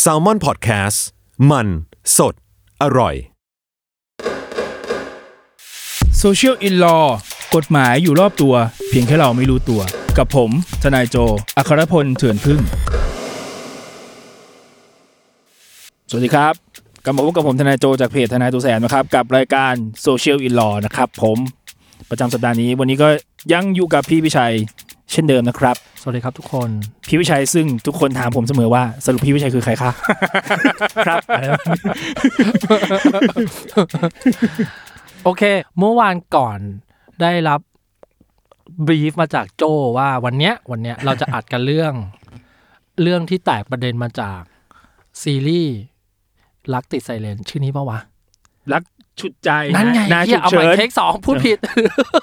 แซลมอนพอดแคสต์มันสดอร่อย Social in Law กฎหมายอยู่รอบตัว เพียงแค่เราไม่รู้ตัว กับผม ทนายโจ อัครพลเถื่อนพึ่ง สวัสดีครับ กลับมาพบกับผมทนายโจจากเพจทนายตัวแสนนะครับ กับรายการ Social in Law นะครับผมประจำสัปดาห์นี้วันนี้ก็ยังอยู่กับพี่วิชัยเช่นเดิมนะครับ สวัสดีครับทุกคน พี่วิชัยซึ่งทุกคนถามผมเสมอว่าสรุปพี่วิชัยคือใครคะ ครับ โอเค เมื่อวานก่อนได้รับบรีฟมาจากโจว่าวันเนี้ยวันเนี้ยเราจะอัดกันเรื่อง เรื่องที่แตกประเด็นมาจากซีรีส์รักติดไซเลนชื่อนี้ปะวะ รักฉุดใจ นั่นไง นา ที่ ฉุด เอาใหม่ เฉิน เทคสองพูดผิด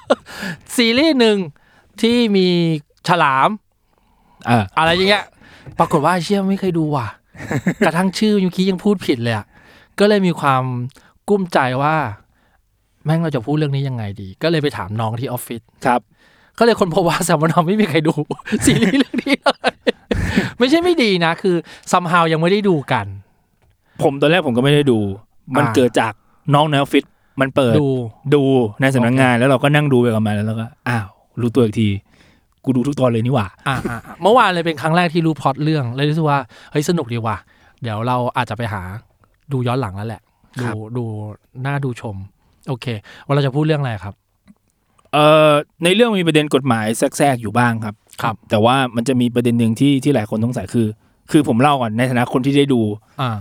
ซีรีส์หนึ่งที่มีฉลาม อ่า อะไรอย่างเงี้ย ปรากฏว่าเชี่ยไม่เคยดู ว่ะ กระทั่งชื่อเมื่อกี้ยังพูดผิดเลยอะก็เลยมีความกุ้มใจว่า แม่งเราจะพูดเรื่องนี้ยังไงดี ก็เลยไปถามน้องที่ออฟฟิศ ครับ ก็เลยคนพบว่าแซมมอนทอมไม่มีใครดู ซีรีส์เรื่องนี้เลย ไม่ใช่ไม่ดีนะ คือซัมฮาวยังไม่ได้ดูกัน ผมตอนแรกผมก็ไม่ได้ดู มัน อ่า เกิดจากน้องในออฟฟิศมันเปิด ดู ดูในสำนักงานแล้วเราก็นั่งดูไปกับมันแล้วเราก็อ้าวรู้ตัวอีกที กูดูทุกตอนเลยนี่หว่า อ่าอ่าอ่าเมื่อวานเลยเป็นครั้งแรกที่รู้พล็อตเรื่องเลยรู้สึกว่าเฮ้ยสนุกดีว่ะเดี๋ยวเราอาจจะไปหาดูย้อนหลังแล้วแหละ ครั ดู บ ดูหน้าดูชม โอเคว่าเราจะพูดเรื่องอะไรครับ เอ่อในเรื่องมีประเด็นกฎหมายแทรกๆอยู่บ้างครับ ครับ แต่ว่ามันจะมีประเด็นหนึ่งที่ที่หลายคนสงสัยคือ คือผมเล่าก่อนในฐานะคนที่ได้ดู อ่า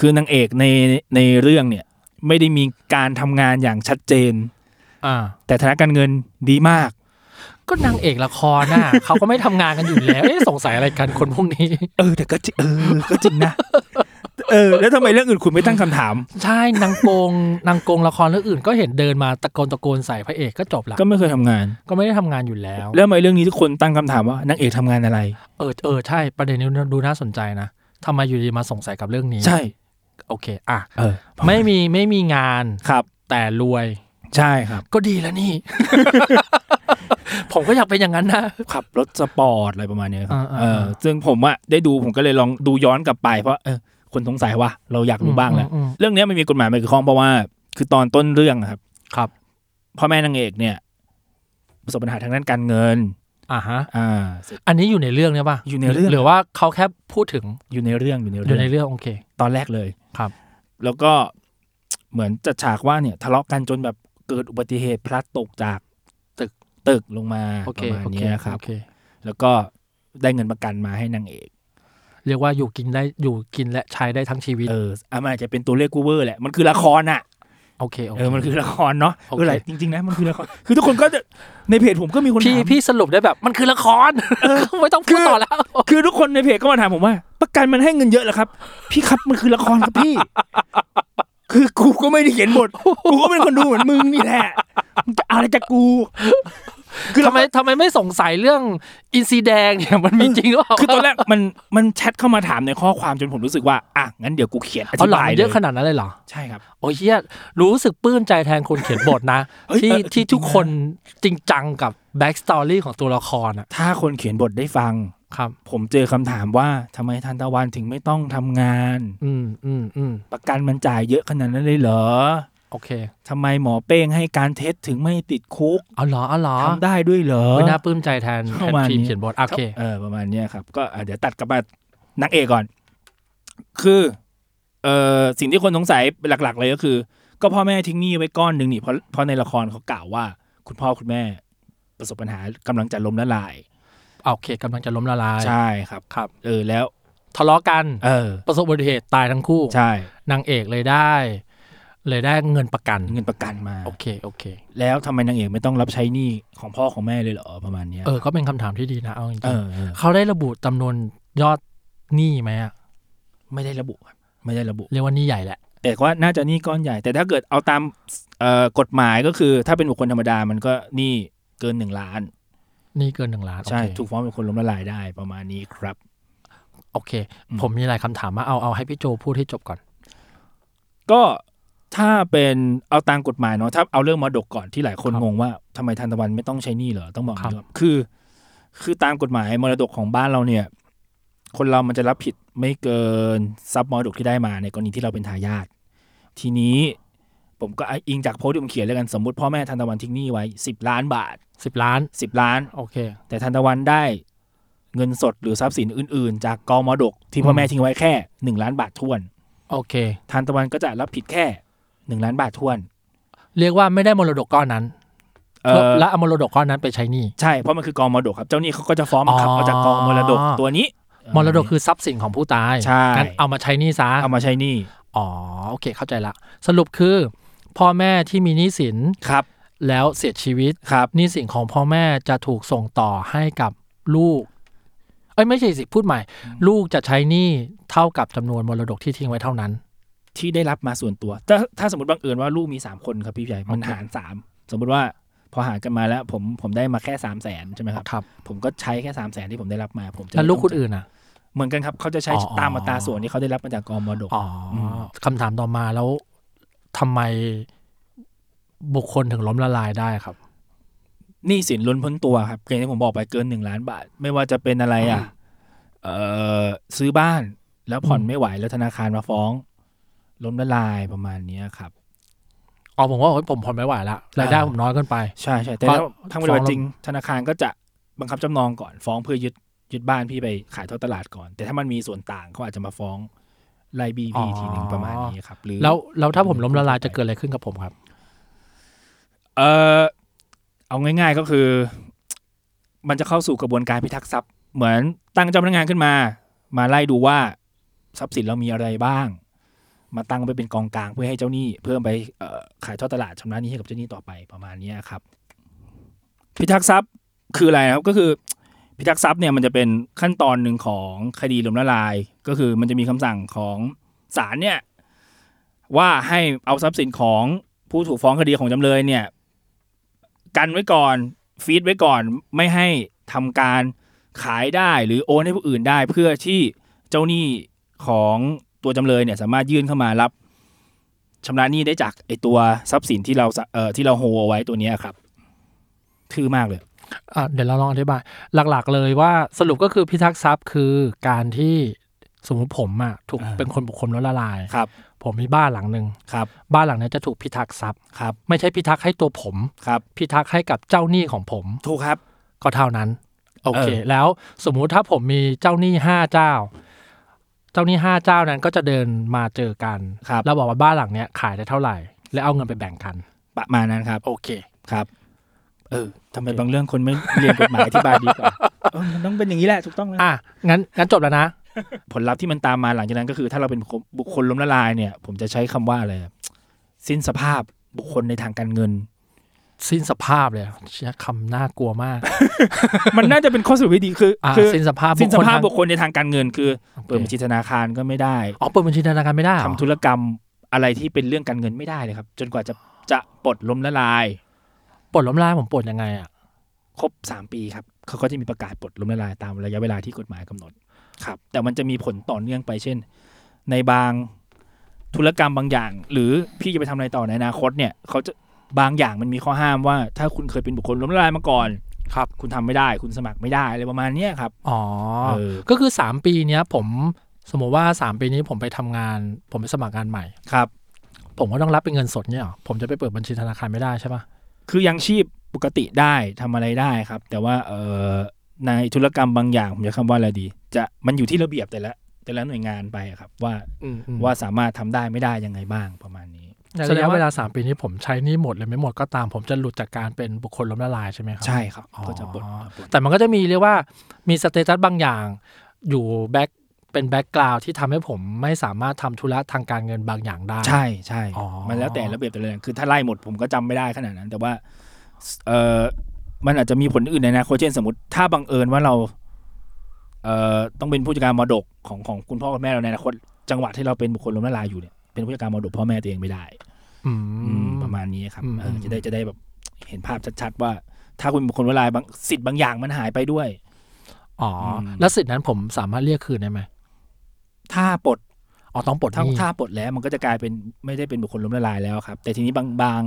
คือนางเอกในในเรื่องเนี่ย ไม่ได้มีการทำงานอย่างชัดเจน อ่า แต่ฐานะการเงินดีมาก ก็นางเอกละครน่ะ เขาก็ไม่ทำงานกันอยู่แล้วเอ๊ะสงสัยอะไรกันคนพวกนี้ เออ แต่ก็จริงเออก็จริงนะ เออ แล้วทำไมเรื่องอื่นคุณไม่ตั้งคำถาม ใช่นางโกงนางโกงละครเรื่องอื่น ก็เห็นเดินมาตะโกนตะโกนใส่พระเอกก็จบละ ก็ไม่เคยทำงาน ก็ไม่ได้ทำงานอยู่แล้ว แล้วทำไมเรื่องนี้ทุกคนตั้งคำถามว่านางเอกทำงานอะไร เออเออใช่ประเด็นนี้ดูน่าสนใจนะทำไมอยู่ดีมาสงสัยกับเรื่องนี้ ใช่ โอเค อ่ะ เออ ไม่มีไม่มีงาน ครับ แต่รวย ใช่ครับ ก็ดีแล้วนี่ ผมก็อยากเป็นอย่างนั้นนะ ขับรถสปอร์ตอะไรประมาณเนี้ยครับ อ่าๆๆ เออซึ่งผมอะได้ดูผมก็เลยลองดูย้อนกลับไปเพราะเออคนสงสัยว่าเราอยากรู้บ้างแหละ อืม เรื่องเนี้ยมันมีกฎหมายมาเกี่ยวข้องเพราะว่า คือตอนต้นเรื่องอะครับ ครับ พ่อแม่นางเอกเนี่ย ประสบปัญหาทางด้านการเงิน อ่าฮะ อ่า อันนี้อยู่ในเรื่องเนี้ยป่ะ อยู่ในเรื่อง หรือว่าเขาแค่พูดถึง อยู่ในเรื่องอยู่ใน อ เรื่ ยู่ใน อง เรื่องโอเค ตอนแรกเลย ครับ แล้วก็เหมือนจะฉากว่าเนี่ย ทะเลาะกันจนแบบเกิดอุบัติเหตุพลัดตกจากตึกตึกลงมา โอเค ประมาณ โอเค เนี้ยครับ โอเค แล้วก็ได้เงินประกันมาให้นางเอก เรียกว่าอยู่กินได้อยู่กินและใช้ได้ทั้งชีวิต เอออ่ะมันอาจจะเป็นตัวเลขกูเวอร์แหละ มันคือละครน่ะ โอเคโอเค เออ มันคือละครเนาะ โอเค เออหลายจริงๆนะ มันคือละคร คือทุกคนก็จะในเพจผมก็มีคน พี่ ถาม พี่สรุปได้แบบมันคือละคร ไม่ต้องพูดต่อแล้ว คือทุกคนในเพจก็มาถามผมว่า ประกันมันให้เงินเยอะเหรอครับ พี่ครับ มันคือละคร ครับพี่ คือกูก็ไม่ได้เขียนบท กูก็เป็นคนดูเหมือนมึงนี่แหละมึงจะอะไรจากกู คือ ทำไมทำไมไม่สงสัยเรื่องอินซีแดงเนี่ย มันมีจริงหรือเปล่า คือตอนแรกมันมันแชทเข้ามาถามในข้อความจนผมรู้สึกว่า อ่ะ งั้นเดี๋ยวกูเขียนอ เอาหลอบธิาย น เล เย ย อะขนาดนั้นเลยเหรอ ใช่ครับ โอ้ยเฮียรู้สึกปลื้มใจแทนคนเขียนบทนะ เฮ้ย ที่ เออ ที่ จริงๆนะ ทุกคนจริงจังกับแบ็กสตอรี่ของตัวละครอะ ถ้าคนเขียนบทได้ฟัง ครับ ผมเจอคำถามว่าทำไมทันตะวันถึงไม่ต้องทำงาน อืมอืมอืม ประกันมันจ่ายเยอะขนาดนั้นเลยเหรอ โอเค ทำไมหมอเป้งให้การเท็จถึงไม่ติดคุก เอาเหรอเอาเหรอ ทำได้ด้วยเหรอ ไม่น่าปลื้มใจแทนแท ประ น มาณ ทีม นี้ เขียนบทโอเค เออประมาณเนี้ยครับ ก็อ่ะเดี๋ยวตัดกลับมานางเอกก่อน คือเออสิ่งที่คนสงสัยหลัก ๆ เลยก็คือ ก็พ่อแม่ทิ้งหนี้ไว้ก้อนหนึ่งนี่เพราะเพราะในละครเขากล่าวว่า คุณพ่อคุณแม่ ประสบปัญหากำลังจะล้มละลาย โอเคกำลังจะล้มละลาย ใช่ครับ ครับ เออแล้ว ทะเลาะกัน เออ ประสบอุบัติเหตุตายทั้งคู่ ใช่ นางเอกเลยได้ เลยได้เงินประกัน เงินประกันมา โอเคโอเค แล้วทำไมนางเอกไม่ต้องรับใช้หนี้ของพ่อของแม่เลยเหรอประมาณเนี้ย เออก็เป็นคำถามที่ดีนะเอาจริง เออเออ ๆเขาได้ระบุจำนวนยอด หนี้ไหมอะ ไม่ได้ระบุครับไม่ได้ระบุ เรียกว่าหนี้ใหญ่แหละ แต่ว่าน่าจะหนี้ก้อนใหญ่ แต่ถ้าเกิดเอาตามเอ่อกฎหมายก็คือ ถ้าเป็นบุคคลธรรมดามันก็หนี้เกินหนึ่งล้าน หนี้เกินหนึ่งล้าน ใช่ โอเค ถูกฟ้องเป็นคนล้มละลายได้ประมาณนี้ครับ โอเค ผมมีหลายคำถามมาเอาเอาให้พี่โจพูดให้จบก่อน ก็ถ้าเป็นเอาตามกฎหมายเนาะถ้าเอาเรื่องมรดกก่อนที่หลายคน ครับ งงว่าทำไมทันตะวันไม่ต้องใช้หนี้เหรอต้องบอก ครับ ก่อนคือ คือตามกฎหมายมรดกของบ้านเราเนี่ย คนเรามันจะรับผิดไม่เกินทรัพย์มรดกที่ได้มาในกรณีที่เราเป็นทายาททีนี้ผมก็อิงจากโพสต์ที่ผมเขียนแล้วกันสมมติพ่อแม่ทันตะวันทิ้งหนี้ไว้สิบล้านบาท สิบล้าน สิบล้าน โอเค แต่ทันตะวันได้เงินสดหรือทรัพย์สินอื่น ๆ จากกองมรดกที่พ่อแม่ทิ้งไว้แค่หนึ่งล้านบาทท้วน โอเค ทานตะวันก็จะรับผิดแค่หนึ่งล้านบาททวน เรียกว่าไม่ได้มรดกก้อนนั้น เอ่อ และเอามรดกก้อนนั้นไปใช้หนี้ ใช่เพราะมันคือกองมรดกครับ เจ้าหนี้เขาก็จะฟ้องมาขับ อ๋อ เอาจากกองมรดกตัวนี้ มรดกคือทรัพย์สินของผู้ตาย ใช่ งั้นเอามาใช้หนี้ซะ เอามาใช้หนี่ อ๋อ โอเค เข้าใจละ สรุปคือ พ่อแม่ที่มีหนี้สิน ครับ แล้วเสียชีวิต ครับ หนี้สินของพ่อแม่จะถูกส่งต่อให้กับลูก เอ้ย ไม่ใช่สิ พูดใหม่ ลูกจะใช้หนี้เท่ากับจำนวนมรดกที่ทิ้งไว้เท่านั้น ที่ได้รับมาส่วนตัว ถ้าถ้าสมมติบังเอิญว่าลูกมีสามคนครับพี่ใหญ่มัน โอเค หารสามสมมติว่าพอหารกันมาแล้ว ผมผมได้มาแค่สามแสนใช่ไหมครับ ครับ ผมก็ใช้แค่สามแสนที่ผมได้รับมา ผมจะ แล้วลูก ไม่ ค ต้ น ง อื่นอ่ะ เหมือนกันครับเขาจะใช้ อ๋อ ตามอัตราส่วนที่เขาได้รับมาจากกองมรดก อ๋ออ ม คำถามต่อมาแล้วทำไมบุคคลถึงล้มละลายได้ครับ หนี้สินล้นพ้นตัวครับอย่างที่ผมบอกไปเกินหนึ่งล้านบาท ไม่ว่าจะเป็นอะไรอ่ะ เออซื้อบ้านแล้วผ่อน อืม ไม่ไหวแล้วธนาคารมาฟ้อง ล้มละลายประมาณเนี้ยครับ อ๋อผมว่าโอ๊ยผมผ่อนไม่ไหวละรายได้ อ่า ผมน้อยเกินไป ใช่ใช่แต่ ฟ้อง ถ้าทางปฏิบั ฟ้อง ติ แล้ว จริง ธนาคารก็จะบังคับจำนองก่อนฟ้องเพื่อยึดยึดบ้านพี่ไปขายทอดตลาดก่อน แต่ถ้ามันมีส่วนต่างเขาอาจจะมาฟ้องไล่บีพีทีหนึ่งประมาณนี้ครับหรือ แล้วแล้วถ้าผมล้มละลายจะเกิดอะไรขึ้นกับผมครับ เออเอาง่าย ๆก็คือ มันจะเข้าสู่กระบวนการพิทักษ์ทรัพย์ เหมือนตั้งเจ้าพนักงานขึ้นมา มาไล่ดูว่าทรัพย์สินเรามีอะไรบ้าง มาตั้งไปเป็นกองกลางเพื่อให้เจ้าหนี้ เพื่อไปเอ่อขายทอดตลาดชำระหนี้ให้กับเจ้าหนี้ต่อไปประมาณเนี้ยครับ พิทักษ์ทรัพย์คืออะไรครับก็คือ พิทักษ์ทรัพย์เนี่ยมันจะเป็นขั้นตอนหนึ่งของคดีล้มละลาย ก็คือมันจะมีคำสั่งของศาลเนี่ย ว่าให้เอาทรัพย์สินของผู้ถูกฟ้องคดีของจำเลยเนี่ย กันไว้ก่อนฟีดไว้ก่อนไม่ให้ทำการขายได้หรือโอนให้ผู้อื่นได้ เพื่อที่เจ้าหนี้ของตัวจำเลยเนี่ยสามารถยื่นเข้ามารับชำระหนี้ได้จากไอตัวทรัพย์สินที่เราสะเอ่อที่เราโฮเอาไว้ตัวเนี้ยครับทื่อมากเลย อ่ะเดี๋ยวเราลองอธิบาย หลักๆเลยว่าสรุปก็คือพิทักษ์ทรัพย์คือการที่สมมติผมอ่ะถูก อ่า เป็นคนบุคคลล้มละลาย ครับ ผมมีบ้านหลังหนึ่ง ครับ บ้านหลังเนี้ยจะถูกพิทักษ์ทรัพย์ ครับ ไม่ใช่พิทักษ์ให้ตัวผม ครับ พิทักษ์ให้กับเจ้าหนี้ของผม ถูกครับ ก็เท่านั้น โอเค เออ แล้วสมมุติถ้าผมมีเจ้าหนี้ห้าเจ้า เจ้าหนี้ห้าเจ้านั้นก็จะเดินมาเจอกัน ครับ แล้วบอกว่าบ้านหลังเนี้ยขายได้เท่าไหร่ แล้วเอาเงินไปแบ่งกัน ประมาณนั้นครับ โอเค ครับ เออทำไมบางเรื่องคนไม่เรียนกฎหมายอธิบายดีกว่าเออมันต้องเป็นอย่างนี้แหละถูกต้องแล้ว อ่ะงั้นงั้นจบแล้วนะ ผลลัพธ์ที่มันตามมาหลังจากนั้นก็คือ ถ้าเราเป็นบุคคลบุคคลล้มละลายเนี่ย ผมจะใช้คำว่าอะไรอะสิ้นสภาพบุคคลในทางการเงิน สิ้นสภาพเลยอะเชี่ยคำน่ากลัวมาก มันน่าจะเป็นข้อสรุปที่ดีคือ อ่ะ คือ สิ้นสภาพ สิ้นสภาพ ทง บุคคลในทางการเงิน คือ โอค เปิดบัญชีธนาคารก็ไม่ได้ อ๋อเปิดบัญชีธนาคารไม่ได้เหรอ ทำธุรกรรมอะไรที่เป็นเรื่องการเงินไม่ได้เลยครับ จนกว่าจะจะปลดล้มละลาย ปลดล้มละลายผมปลดยังไงอ่ะ ครบสามปีครับเขาก็จะมีประกาศปลดล้มละลายตามระยะเวลาที่กฎหมายกำหนดครับ แต่มันจะมีผลต่อเนื่องไปเช่น ในบางธุรกรรมบางอย่าง หรือพี่จะไปทำอะไรต่อในอนาคตเนี่ยเขาจะบางอย่างมันมีข้อห้ามว่า ถ้าคุณเคยเป็นบุคคลล้มละลายมาก่อน ครับ คุณทำไม่ได้ คุณสมัครไม่ได้อะไรประมาณเนี้ยครับ อ๋อ เออ ก็คือสามปีเนี้ยผมสมมติว่าสามปีนี้ผมไปทำงาน ผมไปสมัครงานใหม่ ครับ ผมก็ต้องรับเป็นเงินสดเนี่ยเหรอผมจะไปเปิดบัญชีธนาคารไม่ได้ใช่ปะ คือยังชีพปกติได้ทำอะไรได้ครับ แต่ว่าเออในธุรกรรมบางอย่างผมจะคำว่าอะไรดี จะมันอยู่ที่ระเบียบแต่ละ แต่ละหน่วยงานไปอะครับ ว่าว่าสามารถทำได้ไม่ได้ยังไงบ้างประมาณนี้ แสดงว่าเวลาสามปีนี้ผมใช้หนี่หมดเลยไม่หมดก็ตาม ผมจะหลุดจากการเป็นบุคคลล้มละลายใช่ไหมครั ใช่ครับ อ๋อ ก็จะปลดปลด แต่มันก็จะมีเรียกว่ามีสเตตัสบางอย่าง อยู่แบ็คเป็นแบ็กกราวที่ทำให้ผมไม่สามารถทำธุระทางการเงินบางอย่างได้ ใช่ใช่ อ๋อ มันแล้วแต่ระเบียบแต่ละอย่างคือถ้าไล่หมดผมก็จำไม่ได้ขนาดนั้น แต่ว่าเออมันอาจจะมีผลอื่นในอนาคตเช่นสมมติ ถ้าบังเอิญว่าเรา เอ่อต้องเป็นผู้จัดการมรดกของของคุณพ่อคุณแม่เราในอนาคตจังหวะที่เราเป็นบุคคลล้มละลายอยู่เนี่ยเป็นผู้จัดการมรดกพ่อแม่ตัวเองไม่ได้ อื อืม ม ประมาณนี้ครับ อืม เอออ ม จะได้จะได้แบบเห็นภาพชัดๆว่า ถ้าคุณเป็นบุคคลล้มละลายบางสิทธิ์บางอย่างมันหายไปด้วย อ๋ออ ม แล้วสิทธินั้นผมสามารถเรียกคืนได้ไหม ถ้าปลด อ๋อต้องปลด ถ้า หนี้ ถ้าปลดแล้วมันก็จะกลายเป็นไม่ได้เป็นบุคคลล้มละลายแล้วครับ แต่ทีนี้บางบาง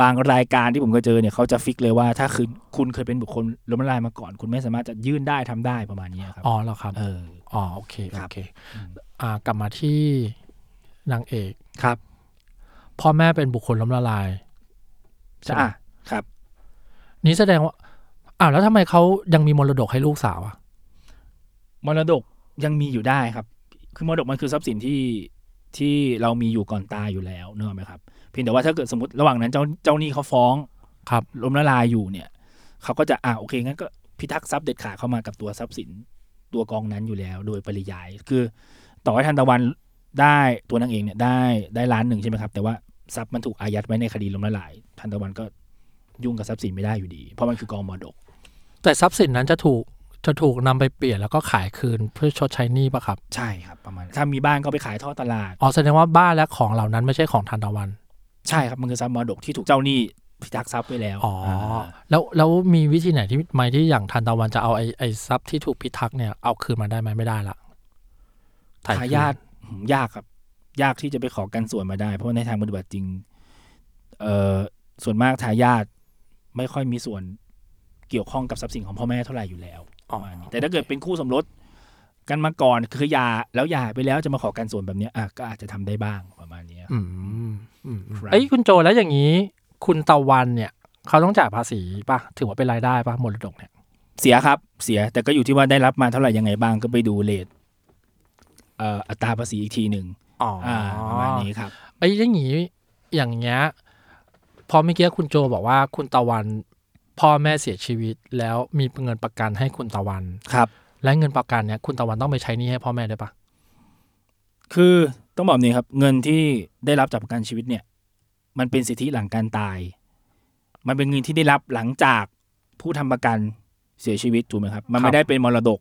บางรายการที่ผมเคยเจอเนี่ยเขาจะฟิกเลยว่าถ้าคือคุณเคยเป็นบุคคลล้มละลายมาก่อน คุณไม่สามารถจะยื่นได้ทำได้ประมาณนี้ครับ อ๋อเหรอครับ เออ อ๋อโอเคโอ ครับ เคอ่ากลับมาที่นางเอกครับพ่อแม่เป็นบุคคลล้มละลาย ใช่อ่ะครับ นี่แสดงว่าอ้าวแล้วทำไมเขายังมีมรดกให้ลูกสาวอะ มรดกยังมีอยู่ได้ครับ คือมรดกมันคือทรัพย์สินที่ที่เรามีอยู่ก่อนตายอยู่แล้วเนกอะไหมครับเพียงแต่ว่าถ้าเกิดสมมติระหว่างนั้นเจ้าเจ้าหนี้เขาฟ้อง ครับ ล้มละลายอยู่เนี่ยเขาก็จะอ่าโอเคงั้นก็พิทักษ์ทรัพย์เด็ดขาดเข้ามากับตัวทรัพย์สินตัวกองนั้นอยู่แล้ว โดยปริยาย คือ ต่อให้ทันตะวันได้ตัวนางเอกเนี่ยได้ได้ล้านหนึ่งใช่ไหมครับ แต่ว่าทรัพย์มันถูกอายัดไว้ในคดีล้มละลาย ทันตะวันก็ยุ่งกับทรัพย์สินไม่ได้อยู่ดี เพราะมันคือกองมรดก แต่ทรัพย์สินนั้นจะถูกจะถูกนำไปเปลี่ยนแล้วก็ขายคืนเพื่อชดใช้หนี้ปะครับ ใช่ครับประมาณถ้ามีบ้านก็ไปขายท่อตลาด อ๋อแสดงว่าบ้านและของเหล่านั้นไม่ใช่ของทันตะวัน ใช่ครับ มันคือทรัพย์มรดกที่ถูกเจ้าหนี้พิทักษ์ทรัพย์ไว้แล้ว อ๋ออา แล้วแล้วมีวิธีไหนที่ไหมที่อย่างทันตะวันจะเอาไอ้ไอ้ทรัพย์ที่ถูกพิทักษ์เนี่ยเอาคืนมาได้ไหมไม่ได้ละถ่คืน ทายาทอืมยากครับ ยากที่จะไปขอกันส่วนมาได้ เพราะในทางปฏิบัติจริง เอ่อส่วนมากทายาทไม่ค่อยมีส่วนเกี่ยวข้องกับทรัพย์สินของพ่อแม่เท่าไหร่อยู่แล้วปอ๋อระมาณนี้แต่ถ้าเกิดเป็นคู่สมรสกันมาก่อนคือหย่าแล้วหย่าไปแล้วจะมาขอกันส่วนแบบเนี้ยอ่ะก็อาจจะทำได้บ้างประมาณเนี้ย อืมอืม ครับ เอ้ยคุณโจแล้วอย่างนี้ คุณตะวันเนี่ยเขาต้องจ่ายภาษีปะถือว่าเป็นรายได้ปะมรดกเนี่ย เสียครับ เสียแต่ก็อยู่ที่ว่าได้รับมาเท่าไหร่ยังไงบ้างก็ไปดูเลทเอ่ออัตราภาษีอีกทีหนึ่ง อ๋ออ อ่าประมาณนี้ครับ ไอ้ยอย่างนี้อย่างเงี้ยพอเมื่อกี้คุณโจบอกว่าคุณตะวันพ่อแม่เสียชีวิต แล้วมีเงินประกันให้คุณตะวัน ครับ และเงินประกันเนี่ยคุณตะวันต้องไปใช้หนี้ให้พ่อแม่ด้วยปะ คือต้องบอกแบบนี้ครับ เงินที่ได้รับจากประกันชีวิตเนี่ย มันเป็นสิทธิหลังการตาย มันเป็นเงินที่ได้รับหลังจากผู้ทำประกันเสียชีวิตถูกไหมครับ มันไม่ได้เป็นมรดก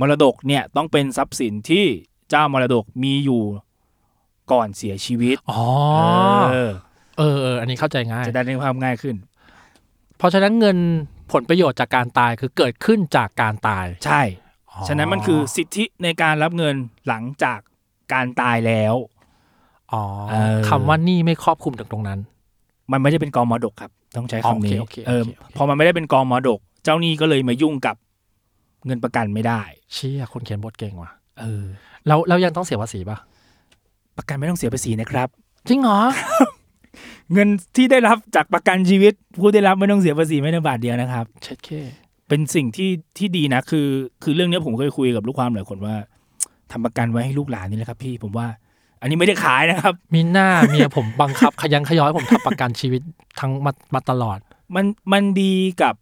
มรดกเนี่ยต้องเป็นทรัพย์สินที่เจ้ามรดกมีอยู่ก่อนเสียชีวิต อ๋อ เออ เออเอออันนี้เข้าใจง่าย จะได้ในความง่ายขึ้น เพราะฉะนั้นเงินผลประโยชน์จากการตายคือเกิดขึ้นจากการตาย ใช่ ฉะนั้นมันคือสิทธิในการรับเงินหลังจากการตายแล้ว อ๋อ เออ คำว่าหนี้ไม่ครอบคลุมถึงตรงนั้น มันไม่ได้เป็นกองมรดกครับ ต้องใช้คำนี้ โอเคโอเคโอเค เออ โอเค พอมันไม่ได้เป็นกองมรดก เจ้าหนี้ก็เลยมายุ่งกับเงินประกันไม่ได้ เชี่ยคนเขียนบทเก่งว่ะ เออ แล้วแล้วยังต้องเสียภาษีปะ ประกันไม่ต้องเสียภาษีนะครับ จริงเหรอ เงินที่ได้รับจากประกันชีวิต ผู้ได้รับไม่ต้องเสียภาษีไม่ได้บาทเดียวนะครับ เช็ดเค เป็นสิ่งที่ที่ดีนะ คือ คือเรื่องเนี้ยผมเคยคุยกับลูกความหลายคนว่าทำประกันไว้ให้ลูกหลานนี่แหละครับ พี่ผมว่า อันนี้ไม่ได้ขายนะครับ มีหน้าเมียผมบัง คับ ขยันขย้อยผมทำประกันชีวิตทั้งมามาตลอด มันมันดีกับ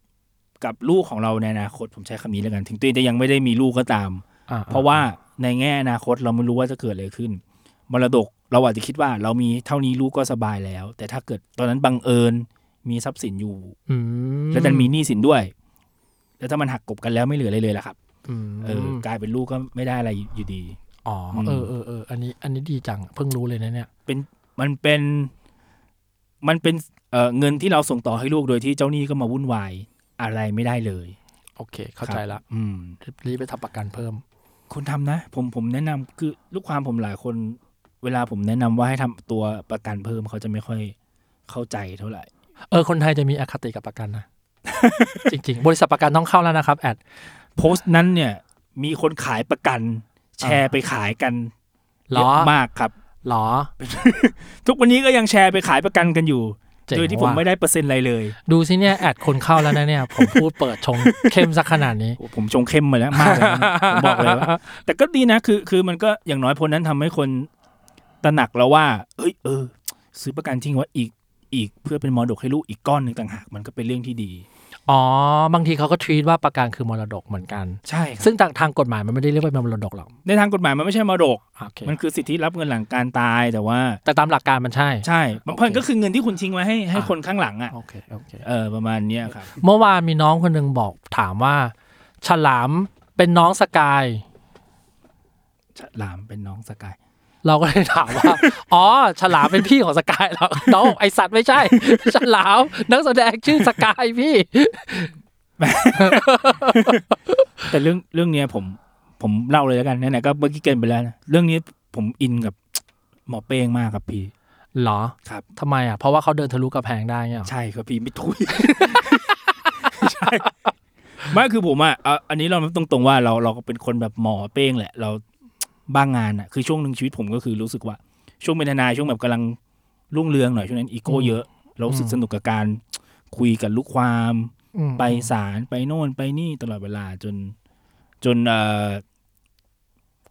กับลูกของเราในอนาคตผมใช้คำนี้แล้วกัน ถึงตัวเองจะยังไม่ได้มีลูกก็ตาม อ่ เพราะว่าในแง่อนาคตเราไม่รู้ว่าจะเกิดอะไรขึ้น มรดกเราอาจจะคิดว่าเรามีเท่านี้ลูกก็สบายแล้ว แต่ถ้าเกิดตอนนั้นบังเอิญมีทรัพย์สินอยู่ อืม แล้วดันมีหนี้สินด้วย แล้วถ้ามันหักกบกันแล้วไม่เหลืออะไรเลยล่ะครับ อืม เออกลายเป็นลูกก็ไม่ได้อะไรอยู่ดี อ๋ออ ม เออเออเอออันนี้ อันนี้ดีจัง เพิ่งรู้เลยนะเนี่ย เป็นมันเป็นมันเป็นเอ่อเงินที่เราส่งต่อให้ลูกโดยที่เจ้าหนี้ก็มาวุ่นวายอะไรไม่ได้เลย โอเค เข้าใจละ อืม รีบไปทำประกันเพิ่ม คุณทำนะ ผมผมแนะนำคือลูกความผมหลายคน เวลาผมแนะนำว่าให้ทำตัวประกันเพิ่มเขาจะไม่ค่อยเข้าใจเท่าไหร่ เออ คนไทยจะมีอคติกับประกันนะ จริง ๆ บริษัทประกันต้องเข้าแล้วนะครับ แอด โพสต์นั้นเนี่ย มีคนขายประกัน แชร์ไปขายกัน เหร เย อ อะมากครับ เหรอ ทุกวันนี้ก็ยังแชร์ไปขายประกันกันอยู่ เจ๋ง โดยที่ผม ว่ะ ไม่ได้เปอร์เซ็นต์อะไรเลย ดูสิเนี่ย แอดคนเข้าแล้วนะเนี่ย ผมพูดเปิดชง เข้มสักขนาดนี้ โอ้ผมชงเข้มมาแล้วมากเลยนะ ผมบอกเลยว่าแต่ก็ดีนะคือ คือมันก็อย่างน้อยพ้นนั้นทำให้คนตระหนักแล้วว่า เอ้ยเออ ซื้อประกันทิ้งไว้อีกอีก เพื่อเป็นมรดกให้ลูกอีกก้อนหนึ่งต่างหากมันก็เป็นเรื่องที่ดี อ๋อ บางทีเขาก็ทวีตว่าประกันคือมรดกเหมือนกัน ใช่ครับ ซึ่งทางทางกฎหมายมันไม่ได้เรียกว่าเป็นมรดกหรอก ในทางกฎหมายมันไม่ใช่มรดก โอเค มันคือสิทธิรับเงินหลังการตายแต่ว่า แต่ตามหลักการมันใช่ ใช่มันเพราะมันก็คือเงินที่คุณทิ้งไว้ให้ให้ อ่ะ คนข้างหลังอ่ะ โอเคโอเค เออประมาณเนี้ยครับ เมื่อวานมีน้องคนหนึ่งบอกถามว่า ฉลามเป็นน้องสกาย ฉลามเป็นน้องสกาย เราก็เลยถาม ว่า อ๋อ ฉลามเป็นพี่ของสกายเหรอน้องบอกไอสัตว์ไม่ใช่ ฉลามนักแสดงชื่อสกายพี่ แต่เรื่องเรื่องเนี้ยผมผมเล่าเลยแล้วกันไหนๆก็เมื่อกี้เกรินไปแล้วนะเรื่องนี้ผมอินกับหมอเป้งมากครับพี่ เหรอ ครับ ทำไมอ่ะ เพราะว่าเขาเดินทะลุกระแพงได้เงี้ยเหรอ ใช่ครับพี่ไม่ทุย ใช่ไม่คือผมอ่ะเอาอันนี้เราตรงๆว่าเราเราก็เป็นคนแบบหมอเป้งแหละ เราบ้างงานอ่ะ คือช่วงหนึ่งชีวิตผมก็คือรู้สึกว่า ช่วงเป็นทนายช่วงแบบกำลังรุ่งเรืองหน่อยช่วงนั้นอีโก้เยอะ เรารู้สึกสนุกกับการคุยกับลูกความ อืม ไปศาลไปโน่นไปนี่ตลอดเวลาจน จนเออ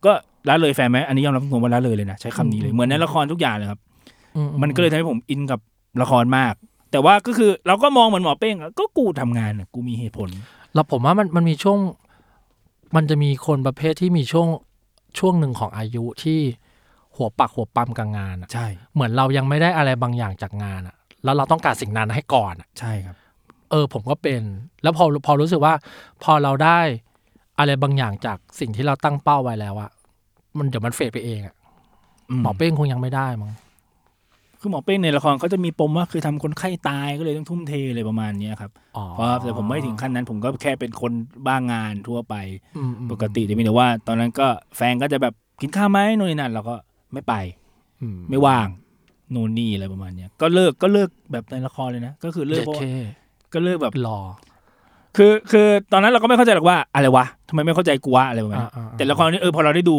ก็ละเลยแฟนไหมอันนี้ยอมรับตรงๆว่าละเลยเลยนะใช้คำนี้เลยเหมือนในละครทุกอย่างเลยครับ อือื มันก็เลยทำให้ผมอินกับละครมาก แต่ว่าก็คือเราก็มองเหมือนหมอเป้งอะก็กูทำงานน่ะกูมีเหตุผล แล้วผมว่ามันมันมีช่วง มันจะมีคนประเภทที่มีช่วงช่วงหนึ่งของอายุที่หัวปักหัวปั๊มกับงานอ่ะ ใช่ เหมือนเรายังไม่ได้อะไรบางอย่างจากงานอ่ะ แล้วเราต้องการสิ่งนั้นให้ก่อนอะ ใช่ครับ เออผมก็เป็น แล้วพอพอรู้สึกว่า พอเราได้อะไรบางอย่างจากสิ่งที่เราตั้งเป้าไว้แล้วอะมันเดี๋ยวมันเฟดไปเองอะ อืม หมอเป้งคงยังไม่ได้มั้ง คือหมอเป้งในละครเขาจะมีปมว่าคือทำคนไข้ตายก็เลยต้องทุ่มเทอะไรประมาณเนี้ยครับ อ๋อ เพราะแต่ผมไม่ถึงขั้นนั้น ผมก็แค่เป็นคนบ้างงานทั่วไป อืมอืม ปกติแต่มีแต่ว่า ตอนนั้นก็แฟนก็จะแบบกินข้าวไหมโน่นนี่นั่นเราก็ไม่ไป อืม ไม่ว่างโน่นนี่อะไรประมาณเนี้ยก็เลิกก็เลิกแบบในละครเลยนะก็คือเลิก เจ็ด เพราะ เค ว่าก็เลิกแบบ รอ คือคือตอนนั้นเราก็ไม่เข้าใจหรอกว่าอะไรวะทำไมไม่เข้าใจกูวะอะไรประมาณนี้ อ่าอ่าอ่า แต่ละครนี้เออพอเราได้ดู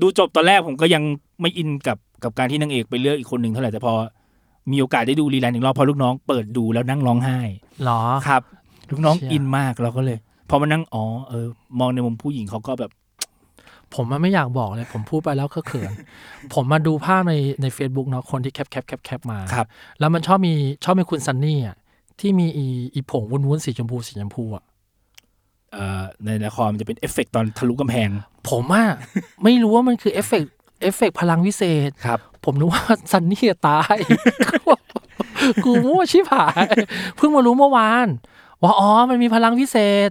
ดูจบตอนแรกผมก็ยังไม่อินกับกับการที่นางเอกไปเลือกอีกคนหนึ่งเท่าไหร่แต่พอ มีโอกาสได้ดูรีแลนด์อีกรอบพอลูกน้องเปิดดูแล้วนั่งร้องไห้ หรอ ครับ ลูกน้อง เชี่ย อินมากเราก็เลยพอมานั่งอ๋อเออ มองในมุมผู้หญิงเขาก็แบบ ผมมันไม่อยากบอกเลย ผมพูดไปแล้วก็เขิน ผมมาดูภาพในใน Facebook เนาะคนที่แคปแคปแคปแคปมา ครับ แล้วมันชอบมีชอบมีคุณซันนี่อะที่มีอีอีผงวุ้นวุ้นๆสีชมพูสีชมพูอะ เอ่อในละครมันจะเป็นเอฟเฟกต์ตอนทะลุกำแพง ผมอะ ไม่รู้ว่ามันคือเอฟเฟกต์เอฟเฟกต์พลังวิเศษ ครับ ผมนึกว่า ซันนี่จะตาย กูมั่วชิบหาย เพิ่งมารู้เมื่อวาน ว่าอ๋อ มันมีพลังพิเศษ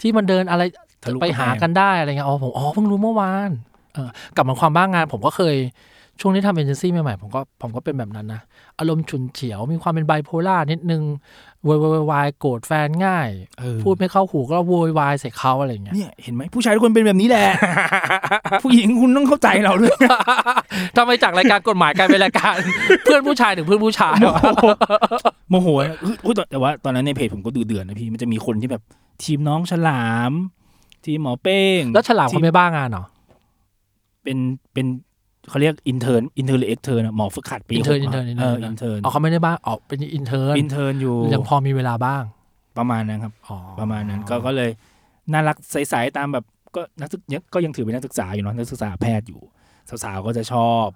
ที่มันเดินอะไร ทะลุกำแพง ไปหากันได้อะไรเงี้ยอ๋อผมอ๋อเพิ่งรู้เมื่อวานเออกลับมาความบ้างงาน ผมก็เคย ช่วงที่ทำเอเจนซี่ใหม่ๆผมก็ผมก็เป็นแบบนั้นนะ อารมณ์ฉุนเฉียว มีความเป็นไบโพล่านิดนึงวายวายวายโกรธแฟนง่าย เออ พูดไม่เข้าหูก็โวยวายใส่เขาอะไรเงี้ย เนี่ยเห็นไหมผู้ชายทุกคนเป็นแบบนี้แหละ ผู้หญิงคุณต้องเข้าใจเราด้วย ทำไมจากรายการกฎหมายกลายเป็นรายการ เพื่อนผู้ชายถึงเพื่อนผู้ชาย โมโหนะอุ๊ยอุ๊ยแต่แต่ว่าตอนนั้นในเพจผมก็ดูเดือดนะพี่มันจะมีคนที่แบบ ทีมน้องฉลาม ทีมหมอเป้ง แล้วฉลามเขา ที ไม่บ้างานเหรอ เป็นเป็นเขาเรียกอินเทอร์อินเทอร์หรือเอ็กเทอร์นะหมอฝึกหัดปี intern หกะ intern intern เอออินเทอร์ อ๋อเขาไม่ได้บ้างอ๋อเป็นอินเทอร์ อินเทอร์อยู่ ยังพอมีเวลาบ้าง ประมาณนั้นครับ อ๋อ ประมาณนั้นก็ก็เลยน่ารักใสๆตามแบบก็นักศึกยังก็ยังถือเป็นนักศึกษาอยู่เนาะนักศึกษาแพทย์อยู่ สาวๆก็จะชอบ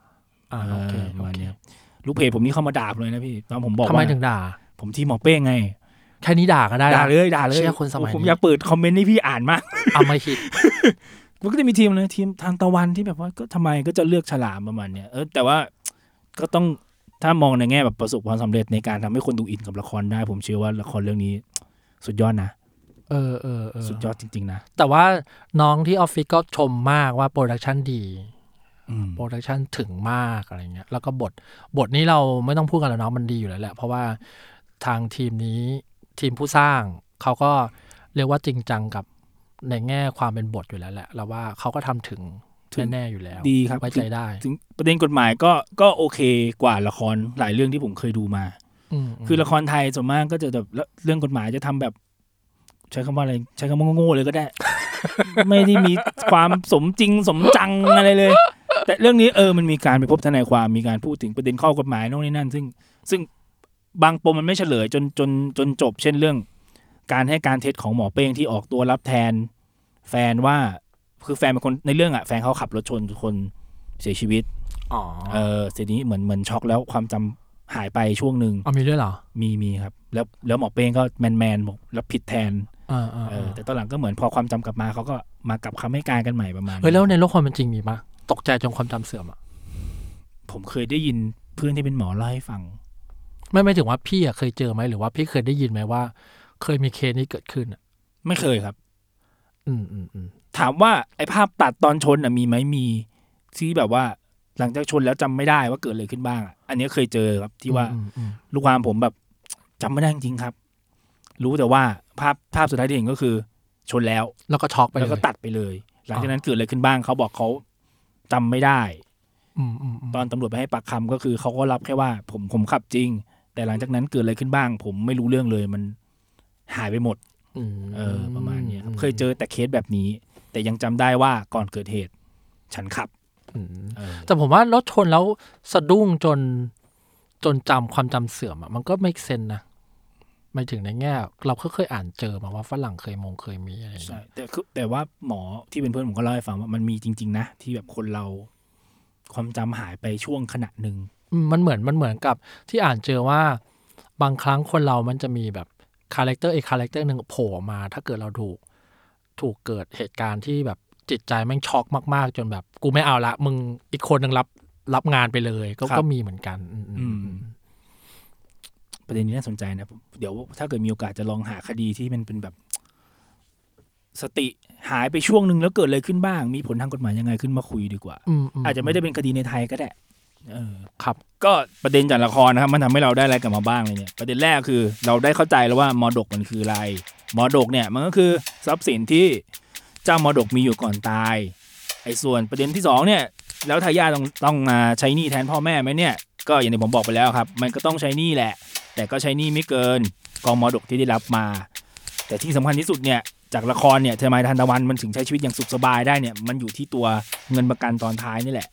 อ่าโอเค เออประ โอ มาณ เค เนี้ยลูกเพจผมนี่เข้ามาด่าผมเลยนะพี่ตอนผมบอก ทำไม ว่า ถึงด่า ผมทีมหมอเป้งไง แค่นี้ด่าก็ได้ ด่าเล นะ ยด่าเลย เชื่อคนสมัยนี้ ผมอยากเปิดคอมเมนต์ให้พี่อ่านมาก เอามา คิด มันก็จะมีทีมเลยทีมทางตะวันที่แบบว่าก็ทำไมก็จะเลือกฉลามประมาณเนี้ยเออแต่ว่าก็ต้องถ้ามองในแง่แบบประสบความสำเร็จในการทำให้คนดูอินกับละครได้ ผมเชื่อว่าละครเรื่องนี้ สุดยอดนะ เออเออเออ สุดยอดจริง ๆ นะ แต่ว่าน้องที่ออฟฟิศก็ชมมากว่าโปรดักชันดี อืม โปรดักชันถึงมากอะไรเงี้ย แล้วก็บท บทนี้เราไม่ต้องพูดกันแล้วเนาะมันดีอยู่แล้วแหละ เพราะว่าทางทีมนี้ทีมผู้สร้างเขาก็เรียกว่าจริงจังกับในแง่ความเป็นบทอยู่แล้วแหละ แล้วว่าเขาก็ทำถึงแน่ๆอยู่แล้ว ดีครับ ไว้ใจได้ ถึงประเด็นกฎหมายก็ก็โอเคกว่าละครหลายเรื่องที่ผมเคยดูมา มม คือละครไทยส่วนมากก็จะแบบเรื่องกฎหมายจะทำแบบ ใช้คำว่าอะไร ใช้คำว่าโง่ๆเลยก็ ได้ ไม่ได้มีความสมจริงสมจังอะไรเลย แต่เรื่องนี้เออมันมีการไปพบทนายความมีการพูดถึงประเด็นข้อกฎหมายโน่นนี่นั่น ซึ่งซึ่งบางปมมันไม่เฉลยจนจนจนจบ เช่นเรื่อง การให้การเท็จของหมอเป้งที่ออกตัวรับแทน แฟนว่าคือแฟนเป็นคนในเรื่องอ่ะแฟนเขาขับรถชนคนเสียชีวิต อ๋อ เออเสียนี้เหมือนเหมือนช็อกแล้วความจำหายไปช่วงหนึ่ง เอามีด้วยเหรอ มีมีครับ แล้วแล้วหมอเป้งก็แมนแมนๆบอกรับผิดแทน เออเออ เอ เอ อ อ แต่ตอนหลังก็เหมือนพอความจำกลับมาเขาก็มากลับคำให้การกันใหม่ประมาณนี้ เฮ้ยแล้วในโลกความเป็นจริงมีปะตกใจจนความจำเสื่อมอ่ะ ผมเคยได้ยินเพื่อนที่เป็นหมอเล่าให้ฟัง ไม่ไม่ถึงว่าพี่อะเคยเจอไหมหรือว่าพี่เคยได้ยินไหมว่า เคยมีเคสนี้เกิดขึ้นอะ ไม่เคยครับ อืมอืมอืม ถามว่าไอ้ภาพตัดตอนชนน่ะมีไหมมีที่แบบว่าหลังจากชนแล้วจำไม่ได้ว่าเกิดอะไรขึ้นบ้างอะอันนี้เคยเจอครับที่ว่า อืมอืม ลูกความผมแบบจำไม่ได้จริงๆครับ รู้แต่ว่าภาพภาพสุดท้ายที่เห็นก็คือ ชนแล้ว แล้วก็ช็อกไปเล แล้ว ย ก็ตัดไปเลย หลังจากนั้นเกิดอะไรขึ้นบ้างเขาบอกเขาจำไม่ได้ อืมอืมอืม ตอนตำรวจไปให้ปากคำก็คือเขาก็รับแค่ว่า ผมผมขับจริง แต่หลังจากนั้นเกิดอะไรขึ้นบ้าง ผมไม่รู้เรื่องเลยมันหายไปหมด อืม เออประมาณเนี้ยครับเคยเจอแต่เคสแบบนี้ แต่ยังจำได้ว่าก่อนเกิดเหตุ ฉันขับ อืม เออ แต่ผมว่ารถชนแล้วสะดุ้งจนจนจำความจำเสื่อมอะมันก็ไม่เซนนะหมายถึงในแง่ เราก็เคยอ่านเจอมาว่าฝรั่งเคยมงเคยมีอะไรอย่าง ใช่ เงี้ย แต่คือแต่ว่าหมอที่เป็นเพื่อนผมก็เล่าให้ฟังว่ามันมีจริง ๆ นะ ที่แบบคนเรา ความจำหายไปช่วงขณะหนึ่ง อืมมันเหมือนมันเหมือนกับที่อ่านเจอว่าบางครั้งคนเรามันจะมีแบบคาแรคเตอร์อีกคาแรคเตอร์หนึ่งโผล่ออกมา ถ้าเกิดเราถูกถูกเกิดเหตุการณ์ที่แบบจิตใจแม่งช็อกมาก ๆ จนแบบกูไม่เอาละมึงอีกคนหนึ่งรับรับงานไปเลย ก็ ครับ ก็มีเหมือนกันอืมอืม อื อื ม ม ประเด็นนี้น่าสนใจนะผมเดี๋ยวถ้าเกิดมีโอกาสจะลองหาคดีที่มันเป็นแบบ สติหายไปช่วงหนึ่งแล้วเกิดอะไรขึ้นบ้าง มีผลทางกฎหมายยังไงขึ้นมาคุยดีกว่า อาจจะไม่ได้เป็นคดีในไทยก็ได้เออ ครับ ก็ประเด็นจากละครนะครับ มันทำให้เราได้อะไรกลับมาบ้างเลยเนี่ย ประเด็นแรกคือ เราได้เข้าใจแล้วว่ามรดกมันคืออะไรมรดกเนี่ย มันก็คือทรัพย์สินที่เจ้ามรดกมีอยู่ก่อนตายไอ้ส่วนประเด็นที่สองเนี่ย แล้วทายาทต้องต้องมาใช้หนี้แทนพ่อแม่ไหมเนี่ย ก็อย่างที่ผมบอกไปแล้วครับ มันก็ต้องใช้หนี้แหละ แต่ก็ใช้หนี้ไม่เกินกองมรดกที่ได้รับมา แต่ที่สำคัญที่สุดเนี่ยจากละครเนี่ยทำไมทันตะวันมันถึงใช้ชีวิตอย่างสุขสบายได้เนี่ยมันอยู่ที่ตัวเงินประกันตอนท้ายนี่แหละ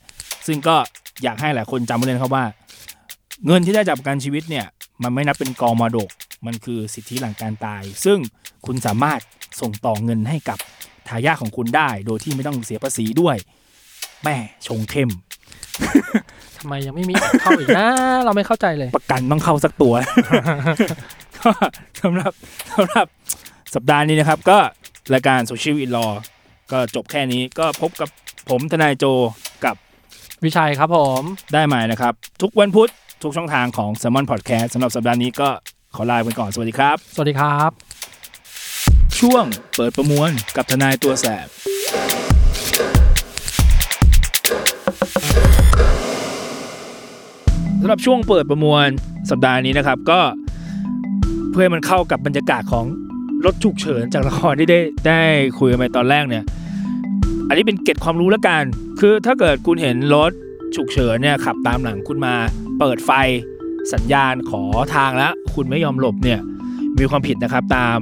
ซึ่งก็อยากให้หลายคนจำไว้เลยนะครับว่า เงินที่ได้จากประกันชีวิตเนี่ย มันไม่นับเป็นกองมรดก มันคือสิทธิหลังการตาย ซึ่งคุณสามารถส่งต่อเงินให้กับทายาทของคุณได้ โดยที่ไม่ต้องเสียภาษีด้วยแม่ชงเข้ม ทำไมยังไม่มีเข้าอีกนะ เราไม่เข้าใจเลย ประกันต้องเข้าสักตัว ก็สำหรับสำหรับสัปดาห์นี้นะครับ ก็รายการโซเชียลวีลอก็จบแค่นี้ก็พบกับผมทนายโจกับ วิชัยครับผม ได้ใหม่นะครับ ทุกวันพุธ ทุกช่องทางของ s ซ l m o n Podcast สำหรับสัปดาห์นี้ก็ขอลาไปก่อน สวัสดีครับ สวัสดีครับ ช่วงเปิดประมวลกับทนายตัวแสบสำหรับช่วงเปิดประมวลสัปดาห์นี้นะครับก็เพื่อให้มันเข้ากับบรรยากาศของรถฉุกเฉินจากละครที่ได้ได้คุยกันไปตอนแรกเนี่ย อันนี้เป็นเกร็ดความรู้ละกัน คือถ้าเกิดคุณเห็นรถฉุกเฉินเนี่ยขับตามหลังคุณมา เปิดไฟสัญญาณขอทางแล้ว คุณไม่ยอมหลบเนี่ยมีความผิดนะครับตาม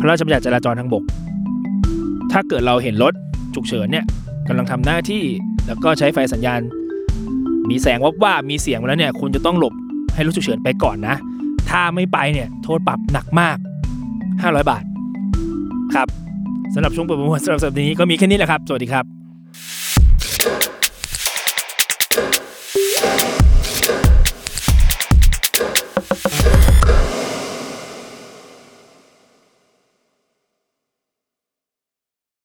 พระราชบัญญัติจราจรทางบก ถ้าเกิดเราเห็นรถฉุกเฉินเนี่ยกำลังทำหน้าที่แล้วก็ใช้ไฟสัญญาณ มีแสงวับว่าบมีเสียงมาแล้วเนี่ย คุณจะต้องหลบให้รถฉุกเฉินไปก่อนนะ ถ้าไม่ไปเนี่ยโทษปรับหนักมาก 500 บาท ครับสำหรับช่วงเปิดประมวลสำหรับสัปดาห์นี้ก็มีแค่นี้แหละครับ สวัสดีครับ